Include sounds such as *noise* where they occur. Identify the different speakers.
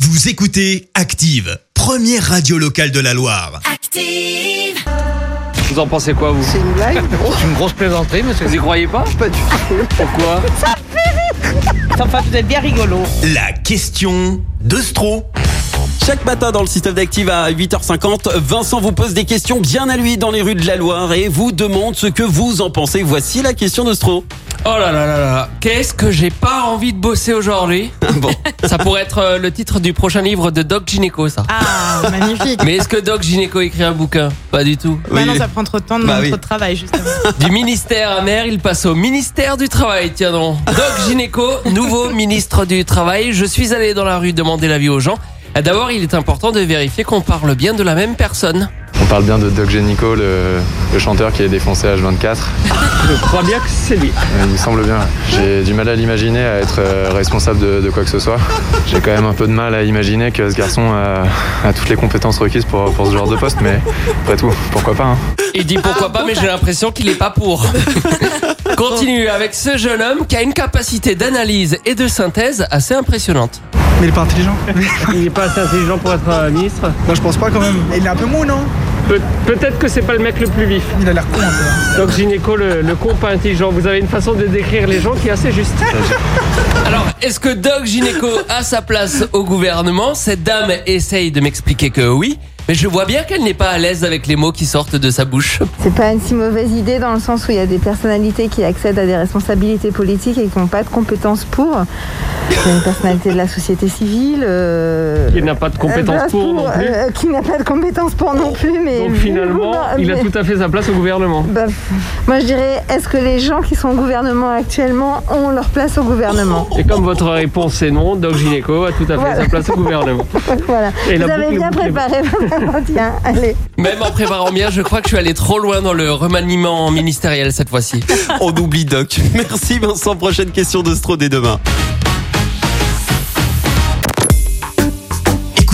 Speaker 1: Vous écoutez Active, première radio locale de la Loire.
Speaker 2: Active!
Speaker 3: Vous en pensez quoi, vous
Speaker 4: C'est une blague
Speaker 5: C'est une grosse plaisanterie, monsieur.
Speaker 3: Vous y croyez pas
Speaker 4: Pas du tout.
Speaker 3: Pourquoi
Speaker 4: Enfin, vous êtes bien rigolo.
Speaker 1: La question de Stro.
Speaker 6: Chaque matin dans le système d'Active à 8h50, Vincent vous pose des questions bien à lui dans les rues de la Loire et vous demande ce que vous en pensez. Voici la question de Stro.
Speaker 5: Oh là là là là. Qu'est-ce que j'ai pas envie de bosser
Speaker 3: *laughs*
Speaker 5: aujourd'hui
Speaker 3: Ah
Speaker 6: Bon,
Speaker 5: *laughs* Ça pourrait être euh, le titre du prochain livre de Doc Gineco, ça.
Speaker 7: Ah, magnifique.
Speaker 5: Mais est-ce que Doc Gineco écrit un bouquin Pas du tout.
Speaker 7: Bah
Speaker 6: oui.
Speaker 7: non, ça prend trop de temps,
Speaker 6: Bah
Speaker 7: demande
Speaker 6: oui.
Speaker 7: trop de travail, justement.
Speaker 5: Du ministère amer, il passe au ministère du Travail. Tiens donc. Doc Gineco, nouveau ministre du Travail. Je suis allé dans la rue demander l'avis aux gens. D'abord, il est important de vérifier qu'on parle bien de la même personne.
Speaker 8: On parle bien de Doc Génico, le, le chanteur qui est défoncé à 24
Speaker 3: Je crois bien que c'est lui.
Speaker 8: Il me semble bien. J'ai du mal à l'imaginer à être euh, responsable de, de quoi que ce soit. J'ai quand même un peu de mal à imaginer que ce garçon a, a toutes les compétences requises pour, pour ce genre de poste, mais après tout, pourquoi pas. hein.
Speaker 5: Il dit pourquoi pas, mais j'ai l'impression qu'il est pas pour. Continue avec ce jeune homme qui a une capacité d'analyse et de synthèse assez impressionnante.
Speaker 9: Mais il est pas intelligent.
Speaker 3: Il n'est pas assez intelligent pour être euh, ministre.
Speaker 9: Moi je pense pas quand même. Il est un peu mou, non
Speaker 3: Pe- Peut-être que c'est pas le mec le plus vif.
Speaker 9: Il a l'air con hein. un peu.
Speaker 3: Doc Gineco, le, le con pas intelligent. Vous avez une façon de décrire les gens qui est assez juste.
Speaker 5: Alors, est-ce que Doc Gineco a sa place au gouvernement Cette dame essaye de m'expliquer que oui, mais je vois bien qu'elle n'est pas à l'aise avec les mots qui sortent de sa bouche.
Speaker 10: C'est pas une si mauvaise idée dans le sens où il y a des personnalités qui accèdent à des responsabilités politiques et qui n'ont pas de compétences pour. Il y a une personnalité de la société civile. euh,
Speaker 3: Il n'a pas de
Speaker 10: euh,
Speaker 3: compétences
Speaker 10: bah,
Speaker 3: pour non plus.
Speaker 10: euh, qui n'a pas de compétences pour non plus. Mais *laughs*
Speaker 3: Donc
Speaker 10: vu-
Speaker 3: finalement,
Speaker 10: bah,
Speaker 3: il a
Speaker 10: mais-
Speaker 3: tout à fait sa place au gouvernement.
Speaker 10: bah, pff, moi je dirais, est-ce que les gens qui sont au gouvernement actuellement ont leur place au gouvernement
Speaker 3: Et comme votre réponse est non, Doc Gineco a tout à fait
Speaker 10: Voilà.
Speaker 3: sa place au gouvernement.
Speaker 10: *laughs* Voilà.
Speaker 3: Oh. Et la
Speaker 10: Vous avez
Speaker 3: boucle est
Speaker 10: bien
Speaker 3: bouclée.
Speaker 10: préparé, *laughs* vraiment, tiens, allez.
Speaker 5: Même en préparant bien, je crois que je suis allé trop loin dans le remaniement ministériel cette fois-ci.
Speaker 6: on oublie Doc. *laughs* Merci Vincent. Prochaine question de Stro dès demain.